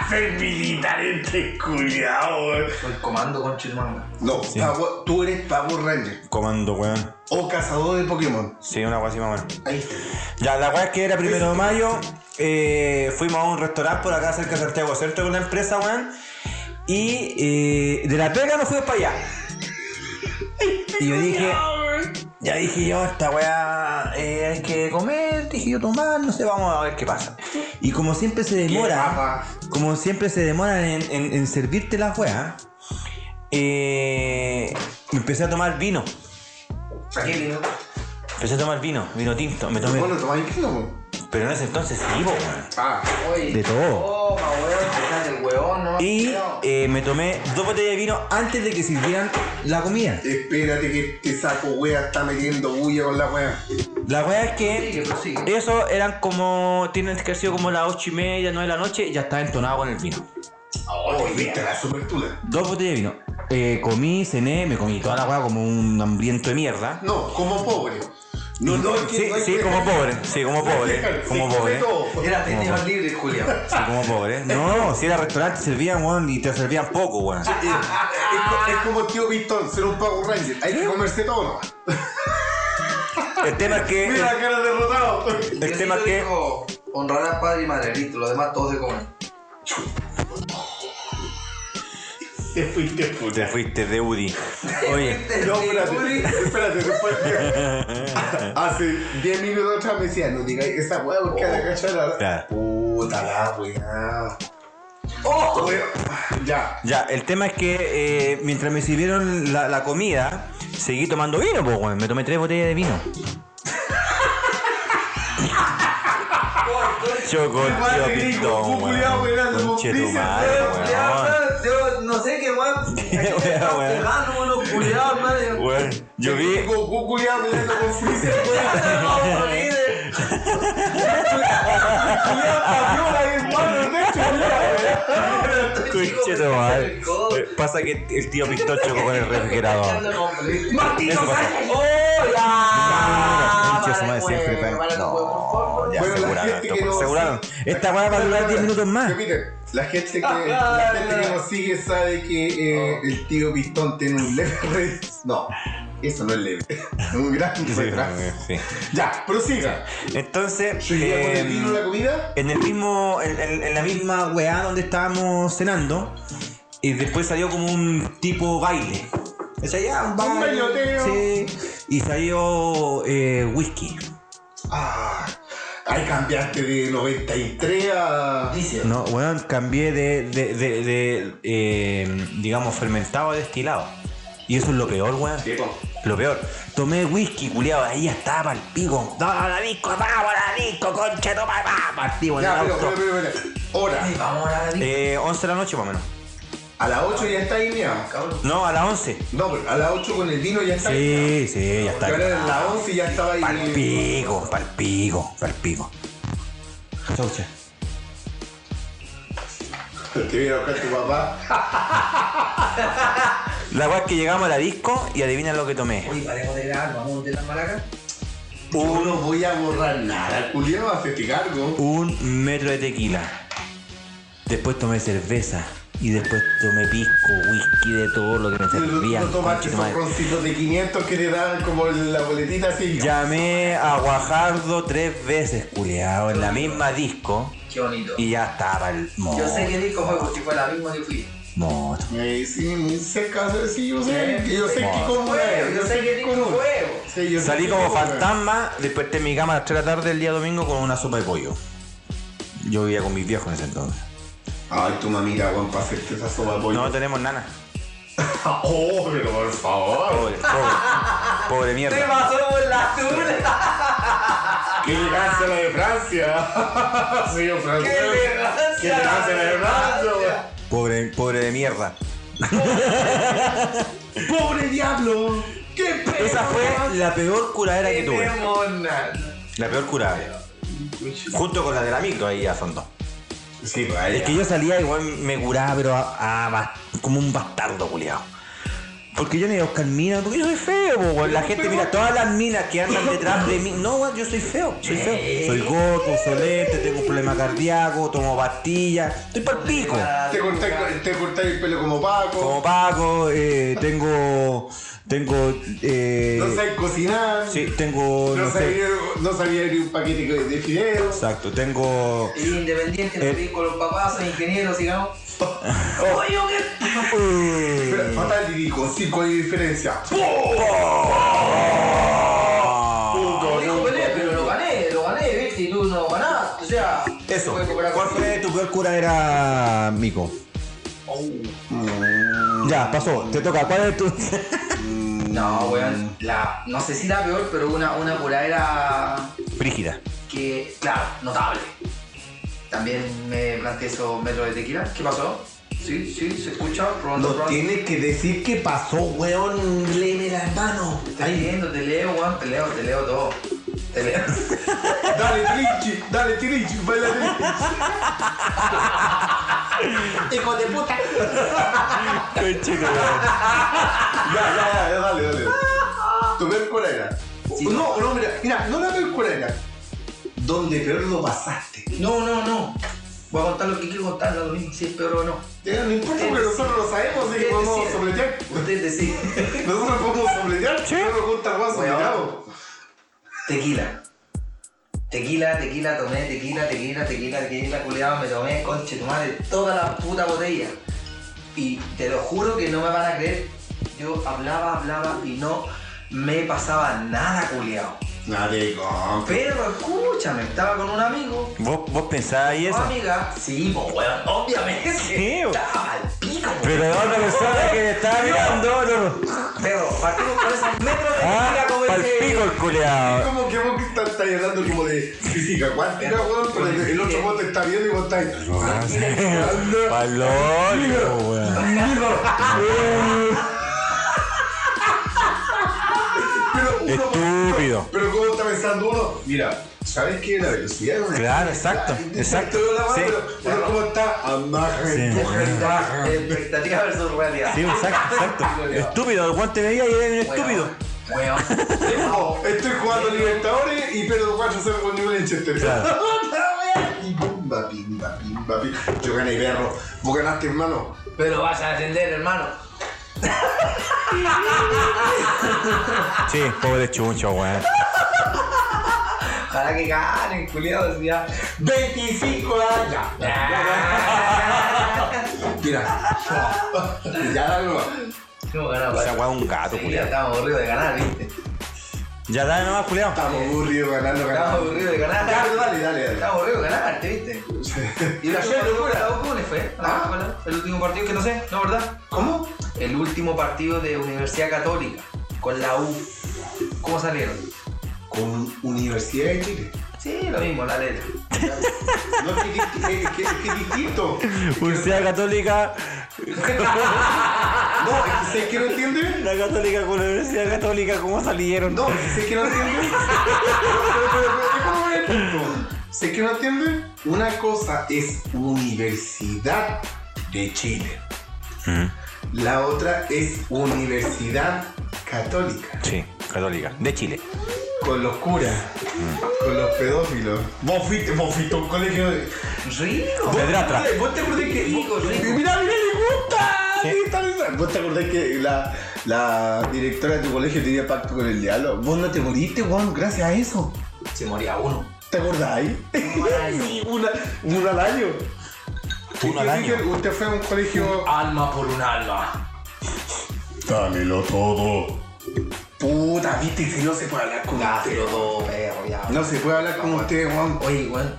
C: Ser militar entre culiao, weón.
D: Soy comando, conche tu madre.
C: No, Power- tú eres Power Ranger
B: Comando, weón.
C: o cazador de Pokémon.
B: Sí, una weá así más o menos.
C: Ahí.
B: Ya, la weá es que era primero de mayo. eh, fuimos a un restaurante por acá cerca de Santiago Centro con la empresa, weón. Y eh, de la pega nos fuimos para allá.
F: Y yo dije,
C: Ya dije yo, esta weá eh, hay que comer, dije yo tomar, no sé, vamos a ver qué pasa.
D: Y como siempre se demora, como siempre se demoran en, en- en servirte las weas,
B: Eh, me empecé a tomar vino.
C: Saqué vino.
B: Empecé a tomar vino, vino tinto. Me tomé.
C: ¿Vos no tomáis vino, weón?
B: Pero en ese entonces sí, po, weón.
C: Ah,
F: de todo.
G: Toma, weón, te estás el huevón, no
B: Y eh, me tomé dos botellas de vino antes de que sirvieran la comida.
C: espérate que este saco weá está metiendo bulla con la weá.
B: La wea es
G: Sigue,
B: que
G: prosigue.
B: eso eran como. Tienen que haber sido como las ocho y media, nueve de la noche, y ya estaba entonado con el vino.
C: Oh, viste la supertula.
B: Dos botellas de vino. Eh, comí, cené, me comí toda la wea como un hambriento de mierda.
C: No, como pobre. No, no, es que
B: Sí,
C: no hay
B: sí,
C: que-
B: como pobre, sí, como
C: no hay que
B: pobre,
C: dejar,
B: como
C: se come
B: pobre.
C: todo.
G: Era pendejo libre, Julián.
B: Sí, como pobre. No, si era restaurante servían, weón, y te servían poco, weón.
C: Eh, es, co- es como el tío Pistón, ser un Power Ranger. Hay que comerse todo Eh. nomás.
B: El tema es que.
C: Mira la cara de derrotado.
B: El tema es que.
G: dijo, honrar a padre y madre, listo, los demás todos se comen.
C: Te fuiste
B: Te
C: puta.
B: fuiste de Udi. Oye,
C: No, espérate, espérate, después. Hace 10 minutos atrás me decía, no digáis esa weá porque la cachorra.
B: Claro.
C: Puta la weá. ¡Oh! weá. Ya.
B: ya, el tema es que eh, mientras me sirvieron la, la comida, seguí tomando vino, pues, weón. Me tomé tres botellas de vino. Choco, tío, pintón, weón. Conche tu madre, weón.
G: Yo no sé qué weón.
B: Weón, weón.
G: unos culiados, madre.
B: Weón, yo vi.
C: Goku culiado peleando con Freezer.
G: Vamos, líder.
B: Conche tu madre. Eh, Pasa que el tío Pintón chocó con el refrigerador. Eso pasa.
G: Oh, ¡Hola!
B: Conche su madre, siempre tan-
G: pues,
B: No,
C: Bueno,
B: ya
C: la
B: aseguraron.
C: gente que no-
B: aseguraron. Esta weá va a durar 10 minutos más.
C: Repite, la gente que, la gente que nos sigue sabe que eh, el tío Pistón tiene un leve retraso. No, eso no es leve. Es un gran retraso.
B: Sí.
C: Ya, prosiga.
B: Entonces,
C: Yo iría con el
B: em,
C: vino la comida.
B: en el mismo, en, en- en la misma weá donde estábamos cenando, y después salió como un tipo baile. O sea, ya, un baile.
C: bailoteo.
B: Sí. Y salió eh, whisky.
C: Ah, ahí cambiaste de 93 a.
B: No, weón, cambié de, de, de, de, eh, digamos, fermentado a destilado. Y eso es lo peor, weón. Lo peor. Tomé whisky, culiado, ahí ya estaba al pico. No, a la disco, vamos a la disco, concha, toma, va, partimos en el
C: Ya, pero,
B: auto.
C: pero, pero, pero. Hora.
B: Eh, 11 de la noche más o menos.
C: A las 8 ya está guineado, cabrón.
B: No, a las 11.
C: No, pero a las 8 con el vino ya está guineado.
B: Sí, sí, ya
C: Porque ahora
B: está.
C: en las 11 ya estaba ahí.
B: Palpico, palpico, palpico. Chaucha.
C: Te viene a buscar tu papá.
B: La weá es que llegamos a la disco y adivina lo que tomé.
G: Oye, paremos de grabar, vamos de la maraca.
C: Yo no voy a borrar nada. Julián va a hacer cargo.
B: un metro de tequila. Después tomé cerveza. Y después tomé pisco, whisky, de todo lo que me servía.
C: No tomaste
B: Conchito
C: esos
B: madre.
C: roncitos de 500 que te dan como la boletita así.
B: Llamé a Guajardo tres veces, culeado, en la misma disco.
G: Qué bonito.
B: Y ya estaba el
G: Yo sé
B: moto.
G: que dijo fue porque fue la misma que fui.
B: moto.
C: Eh, sí, muy cerca. Sí, yo sé. Yo sé
B: Ah.
C: que como
G: Fuego,
C: es.
G: yo sé que dijo
C: cómo es.
G: fuego.
C: Sí, yo sé
B: Salí
C: que
B: como
C: cómo es.
B: fantasma, desperté en mi cama a las 3 de la tarde el día domingo con una sopa de pollo. Yo vivía con mis viejos en ese entonces.
C: Ay, tu mamita, Juan, para hacerte esa sopa de pollo.
B: No tenemos nana.
C: Oh, pero por favor.
B: Pobre, pobre. Pobre
G: Te
B: mierda.
G: pasó por la tula.
C: ¡Qué elegancia la de Francia! Señor francés.
G: ¡Qué elegancia
C: ¡Qué elegancia la de Francia! weón.
B: Pobre, pobre de mierda.
C: ¡Pobre diablo! ¡Qué pe...
B: Esa fue la peor curadera que tuve.
G: mona!
B: La peor curada. Junto con la de la micro, ahí ya son dos.
C: Sí, pues ahí
B: Es que yo salía igual me curaba, pero a- a ba- como un bastardo, culiao. Porque yo no iba a buscar minas, porque yo soy feo, po, weón. La gente mira todas las minas que andan detrás de mí. No, weón, yo soy feo, soy
C: Eh.
B: feo. Soy goto, solete, tengo un problema cardíaco, tomo pastillas, estoy pa'l pico.
C: Te cortáis te cortáis el pelo como Paco.
B: Como Paco, eh, tengo. Tengo. eh,
C: No sabes cocinar.
B: sí, tengo.
C: No
B: No sé.
C: sabía, no sabía abrir un paquete de fideos.
B: Exacto, tengo.
G: Independiente,
B: Eh.
G: no con los papás, soy ingeniero, sigamos.
D: Oye, qué
C: Espera,
B: eh,
C: Fatality con 5 de diferencia.
D: puto, Ah, dijo Pelé, pero lo gané, lo gané, viste, y tú no ganaste, o sea.
B: Eso.
D: fue cooperar
B: ¿Cuál
D: conmigo.
B: fue
H: Tu peor cura era Mico. Ya, pasó. Te toca. ¿Cuál es tu...?
D: No, weón, la, no sé si la peor, pero una, una curadera
B: Frígida.
D: que, claro, notable. También me planteé esos metros de tequila. ¿Qué pasó? Sí, sí, se escucha. Probando,
C: No
D: probando.
C: tienes que decir qué pasó, weón. Léeme las manos.
D: Estoy viendo, te leo, weón, te leo, te leo todo. Te leo.
C: Dale, Trinchi, dale, Trinchi, baila Trinchi.
D: Hijo de puta.
C: Ya, ya, ya, dale, dale. Tu peor cuál era. no, no, mira, mira, no la peor cuál era. Donde peor lo pasaste.
D: No, no, no. Voy a contar lo que quiero contar, no lo mismo, si es peor o no.
C: Ya, no importa
D: Ustedes
C: porque nosotros lo sabemos, así que
D: Ustedes
C: podemos
D: deciden.
C: sopletear.
D: Ustedes deciden.
C: Nosotros podemos sopletear, no nos gusta weón
D: Weón.
C: sopleteado.
D: Tequila. Tequila, tequila, tomé tequila, tequila, tequila, tequila, culiado, me tomé, conche tu madre, toda la puta botella. Y te lo juro que no me van a creer, yo hablaba, hablaba y no me pasaba nada, culiado.
C: Nadie con.
D: Pero escúchame, estaba con un amigo,
B: ¿Vos, vos pensabas ahí
D: una
B: eso?
D: amiga, sí, pues weón, obviamente.
B: Sí, po.
D: estaba al pico, po.
B: Pero la otra persona que estaba mirando, no, no.
D: Pero partimos con esos metros de tequila
B: Ah,
D: como
B: pal
D: ese-
B: pico el culeado.
C: Como que vos que estás estás hablando como de física cuántica, weón, pero el, el
B: eh.
C: otro vos te está viendo y vos estás.
B: Palón, weón.
C: Pero uno-
B: Estúpido.
C: Pero cómo está pensando uno, mira, ¿sabes qué? La velocidad es una-
B: Claro, exacto, exacto.
C: Pero la
B: Sí,
C: mano, pero uno cómo está, amaja, empuja, baja.
D: Expectativa versus realidad.
B: sí, exacto, exacto. Estúpido, el guante veía y era un
D: Weón,
B: estúpido.
D: Weón.
C: No, estoy jugando Libertadores y pierdo 4-0 con New Manchester.
B: Claro.
C: Y pimba, pimba, pimba, pimba. Yo gané perro. Vos ganaste, hermano.
D: Pero vas a descender, hermano.
B: Sí, pobre chuncho, weón.
D: Ojalá que ganen, culiados, ya. 25 años. Ya.
C: Mira. ya la nueva.
D: No ganamos.
B: Esa weá es un gato,
D: Ya
B: culeado.
D: estamos aburridos de ganar, viste.
B: Ya dale nomás, culeado.
C: Estamos aburridos ganando,
D: Eh, Estamos
C: ganando.
D: aburridos de ganar.
C: Dale, dale, dale, dale.
D: Estamos aburridos de ganar, ¿te viste? Y la
C: Ayer,
D: última locura. ¿Cómo le fue?
C: Ah.
D: Ah, El último partido que no sé, ¿no verdad?
C: ¿Cómo?
D: El último partido de Universidad Católica con la U. ¿Cómo salieron?
C: Con Universidad de Chile.
D: Sí, lo mismo, la letra.
C: No, es que, es que- es que es distinto.
B: Universidad Católica,
C: No, es que sé que no entiende.
B: la Católica con la Universidad Católica, ¿cómo salieron?
C: No, es que sé que no entiende. Pero, pero, pero, déjame ver esto. Sé que no entiende. Una cosa es Universidad de Chile. Mm. La otra es Universidad Católica.
B: Sí, Católica, de Chile.
C: Con los curas. Con los pedófilos. Mm. Vos fuiste, vos fuiste a un colegio de.
D: ¡Rico!
B: Pedratra.
C: ¿Vos te acordás que.?
D: Rico,
C: vos-
D: rico.
C: Mira, mira, le gusta.
B: Sí.
C: Sí, está bien. ¿Vos te acordás que la, la directora de tu colegio tenía pacto con el diablo? Vos no te moriste, weón, gracias a eso.
D: Se moría uno.
C: ¿Te acordáis? Sí, una, una al año.
B: Una al año.
C: Usted- Usted fue a un colegio.
D: Alma por un alma.
C: Dámelo todo. Puta, viste, si no se puede hablar con usted.
D: Dáselo todo, perro, ya.
C: No se puede hablar con usted, weón.
D: Oye, weón,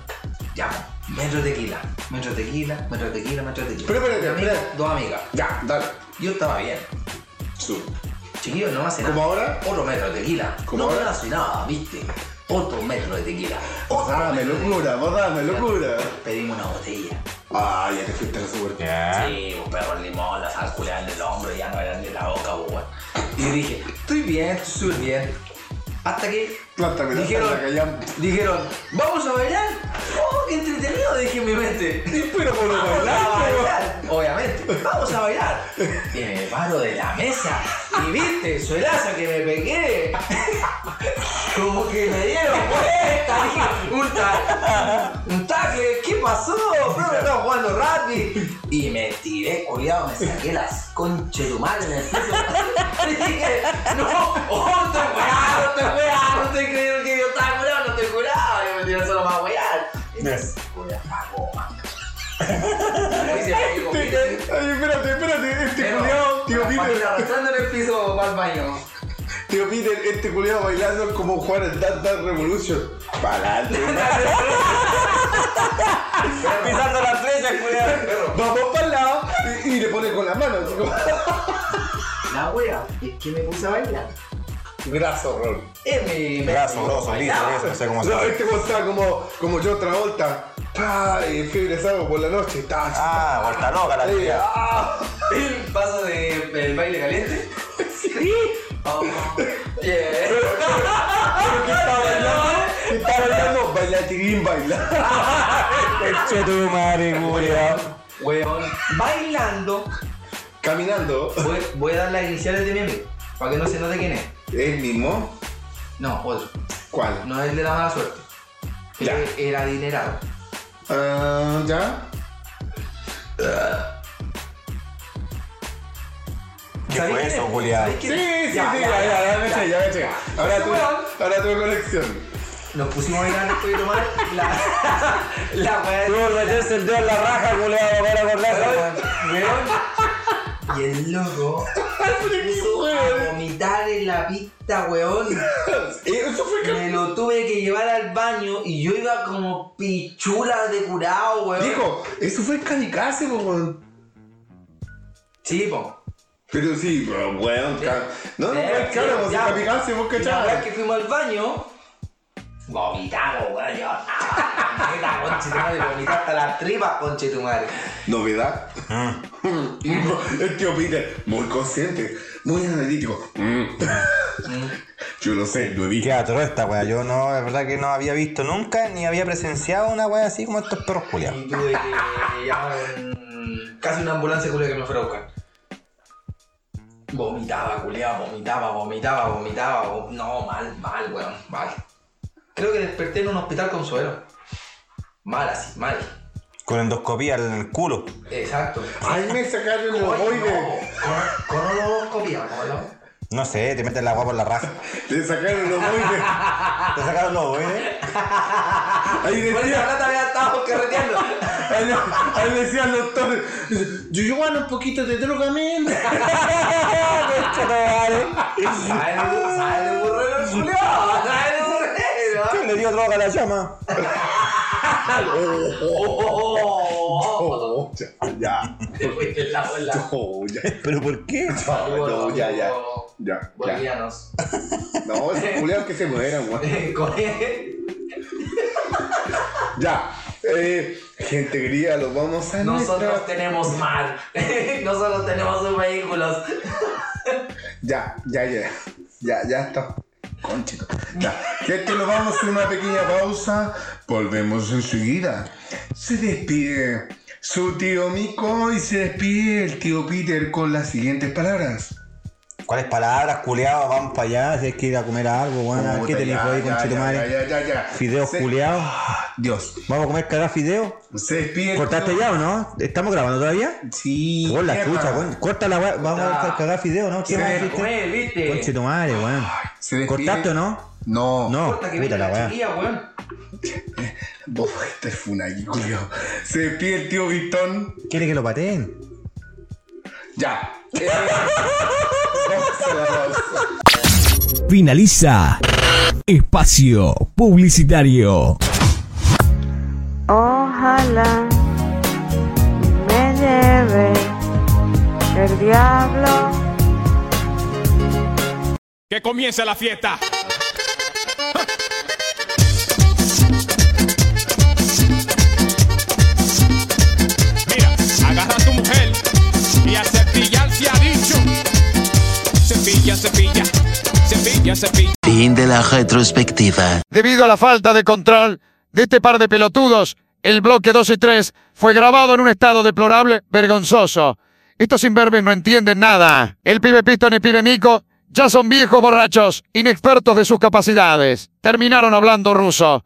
D: ya, metro de tequila, metro de tequila, metro de tequila, metro de tequila.
C: Pero, espérate,
D: Mi amigo,
C: espérate.
D: Dos amigas.
C: Ya, dale.
D: Yo estaba bien.
C: Su-
D: Chiquillos, no hace
C: ¿Como
D: nada.
C: ahora?
D: Otro metro de tequila.
C: ¿Como
D: no
C: ahora?
D: me hace nada, viste. Otro metro de tequila.
C: Vos
D: Otro
C: dame
D: metro de tequila.
C: locura, vos dame locura.
D: Pedimos una botella.
C: Ah, ya te fuiste a la suerte.
D: Sí, un perro el limón, la sal culeada en el hombro, ya no era de la boca, weón. Y yo dije, estoy bien, estoy súper bien. Hasta que
C: Planta, me
D: Dijeron-
C: la callan.
D: dijeron, vamos a bailar. Oh, qué entretenido, dije en mi mente.
C: Pero por lo
D: Vamos a bailar, obviamente, vamos a bailar. Y me paro de la mesa y viste, suelazo que me pegué. Como que me dieron vuelta, dije, un, ta- un tacle, ¿qué pasó? Bro, me estaba jugando rugby. Y me tiré, culiado, me saqué las conchas de tu madre en el piso. Y dije, no, otra weá, otra weá, no te creo que yo estaba curado, no te curaba, yo me tiré solo para wear. Y me curaba, Dice, "Tío Peter".
C: Ay, espérate, espérate, este
D: Pero,
C: culiao, tío
D: la patita
C: Peter,
D: arrastrando en el piso para el baño.
C: tío Peter, este culiao bailando es como Juan en Dance Dance Revolution. Pa'lante.
I: Pisando las flechas, culiao.
C: Vamos para lado y, y le pone con la mano, así como.
D: La wea es que me puse a bailar.
C: Graso, Rol.
D: Eh, me- me-
I: Brazo, roso, liso,
D: bailaba.
I: eso, no sé cómo se
C: No,
I: llama.
C: este gozaba como, como yo otra vuelta. el fiebre sábado por la noche. Ta,
I: Ah, Guartanoca, la
C: ay,
I: tía.
C: ah.
D: El paso de el baile caliente. Sí. Oh, yeah.
C: ¿Qué está bailando? ¿Qué está bailando? Bailatín, baila.
I: Che tu madre, culiao.
D: Weón, bailando.
C: Caminando.
D: Voy, voy a dar las iniciales de mi amigo. Para que no se note quién es.
C: ¿El mismo?
D: No, otro.
C: ¿Cuál?
D: No es el de la mala suerte.
C: Ya.
D: Era- Era adinerado.
C: Ah, ¿Ya?
I: ¿Qué
D: ¿Sabéis
I: fue
D: quién
I: eso,
D: es?
I: culiao?
D: ¿Sabéis
C: Sí,
D: quién
C: sí,
D: es?
C: sí, ya, ya, ya, Este me sé, ya me sé. Ahora
D: Ese
C: tu-
D: weón.
C: ahora tuve conexión.
D: Nos pusimos a bailar después de tomar la. La weá.
I: Tú meterse el dedo en la raja, culiao, para acordarse.
D: Weón. Y el loco puso a vomitar en la pista, weón.
C: Eh, Eso fue
D: Me
C: que
D: lo tuve que llevar al baño y yo iba como pichula de curado, weón.
C: Dijo, eso fue kamikaze, po, weón.
D: Sí, po.
C: Pero sí, weón, weón. ca- No, no,
D: Eh,
C: weón, claro, pues,
D: ya,
C: kamikaze, vos
D: y la verdad es
C: cachai.
D: que fuimos al baño. Vomitamos, weón. Yo ¡ah, estaba neta, conche tu madre. Vomité hasta las tripas, conche tu madre.
C: Novedad. El tío Peter, muy consciente, muy analítico. Mm. Yo lo sé, lo he
B: Qué
C: visto.
B: atroz esta wea. Yo no, es verdad que no había visto nunca ni había presenciado una wea así como estos perros culiados.
D: Y tuve que llamar a un- casi una ambulancia culia que me fuera a buscar. Vomitaba, culiado, vomitaba, vomitaba, vomitaba. vom- No, mal, mal, weón, mal. Creo que desperté en un hospital con suero. Mal así, mal.
B: Con endoscopía en el culo.
D: Exacto.
C: Ahí me sacaron el
D: Oye,
C: ovoide.
D: no, Colonoscopía, colonoscopía.
B: No sé, te meten la agua por la raja.
C: Le sacaron el ovoide.
B: Te sacaron los ovoides.
C: Ahí
D: Por esa
C: decía,
D: plata había estado carreteando.
C: ahí, ahí decía el doctor, yo llevo un poquito de droga, men.
D: Sale sale el burrero el culiao, sale el burrero.
B: ¿Quién le dio droga a la llama?
D: Oh,
C: Oh, ya, ya.
D: te fuiste en la bola.
C: Oh, ya.
B: ¿Pero por qué?
C: No, ya, ya. Ya, ya.
D: Bolivianos.
C: No, esos culiados que se mueran, weón.
D: Con-
C: Ya. Eh, gente querida, los vamos a
D: Nosotros
C: nuestra-
D: tenemos mar. Nosotros tenemos sus vehículos.
C: Ya, ya, ya. Ya, ya está. Conchito. Ya. Gente, nos vamos a una pequeña pausa. Volvemos enseguida. Se despide su tío Mico y se despide el tío Peter con las siguientes palabras.
B: ¿Cuáles palabras, culiados? Vamos para allá, si hay que ir a comer algo, weón. ¿Qué
C: Puta,
B: te dijo
C: ya,
B: ahí,
C: ya, ya,
B: conchetumare?
C: ya, ya, ya.
B: Fideos
C: Se-
B: culiados.
C: Dios.
B: ¿Vamos a comer cada fideo?
C: Se despide. el
B: ¿Cortaste
C: tío-
B: ya o no? ¿Estamos grabando todavía?
C: Sí.
B: Por la
C: Epa.
B: chucha, weón. Corta la weá. Vamos a cagar fideo, ¿no? ¿Qué
C: Se
B: más
C: despide.
B: hiciste?
D: Güey,
B: Conche
D: viste.
B: tu madre, weón.
C: Se despide-
B: ¿Cortaste o no?
C: No.
B: No.
D: Puta que
B: Puta
D: viene
B: la
D: la
B: weá.
D: chiquilla, weón.
C: Vos, este es Funagi, culiao. Se despide el tío Vitón.
B: ¿Quiere que lo pateen?
C: Ya. Eh, vamos a la pausa.
J: Finaliza Espacio Publicitario.
K: Ojalá me lleve el diablo.
L: Que comience la fiesta. Mira, agarra a tu mujer y a cepillar se ha dicho. Cepilla, cepilla, cepilla, cepilla.
M: Fin de la retrospectiva.
L: Debido a la falta de control de este par de pelotudos, el bloque 2 y 3 fue grabado en un estado deplorable, vergonzoso. Estos imberbes no entienden nada. El pibe Piston y el pibe Mico ya son viejos borrachos, inexpertos de sus capacidades. Terminaron hablando ruso.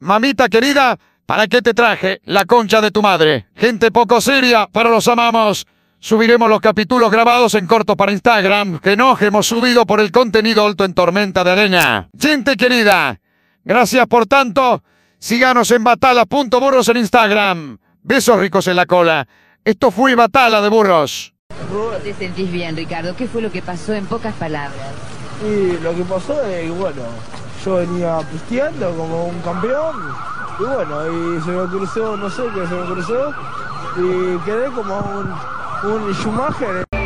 L: Mamita querida, ¿para qué te traje la concha de tu madre? Gente poco seria, pero los amamos. Subiremos los capítulos grabados en corto para Instagram que no hemos subido por el contenido alto en Tormenta de Arena. Gente querida, gracias por tanto. Síganos en batalas.burros en Instagram.
N: Besos ricos en la cola. Esto fue Batala de Burros.
K: ¿Te sentís bien, Ricardo? ¿Qué fue lo que pasó en pocas palabras?
L: Y lo que pasó es que, bueno, yo venía pisteando como un campeón. Y bueno, y se me cruzó, no sé qué se me cruzó. Y quedé como un, un Schumacher.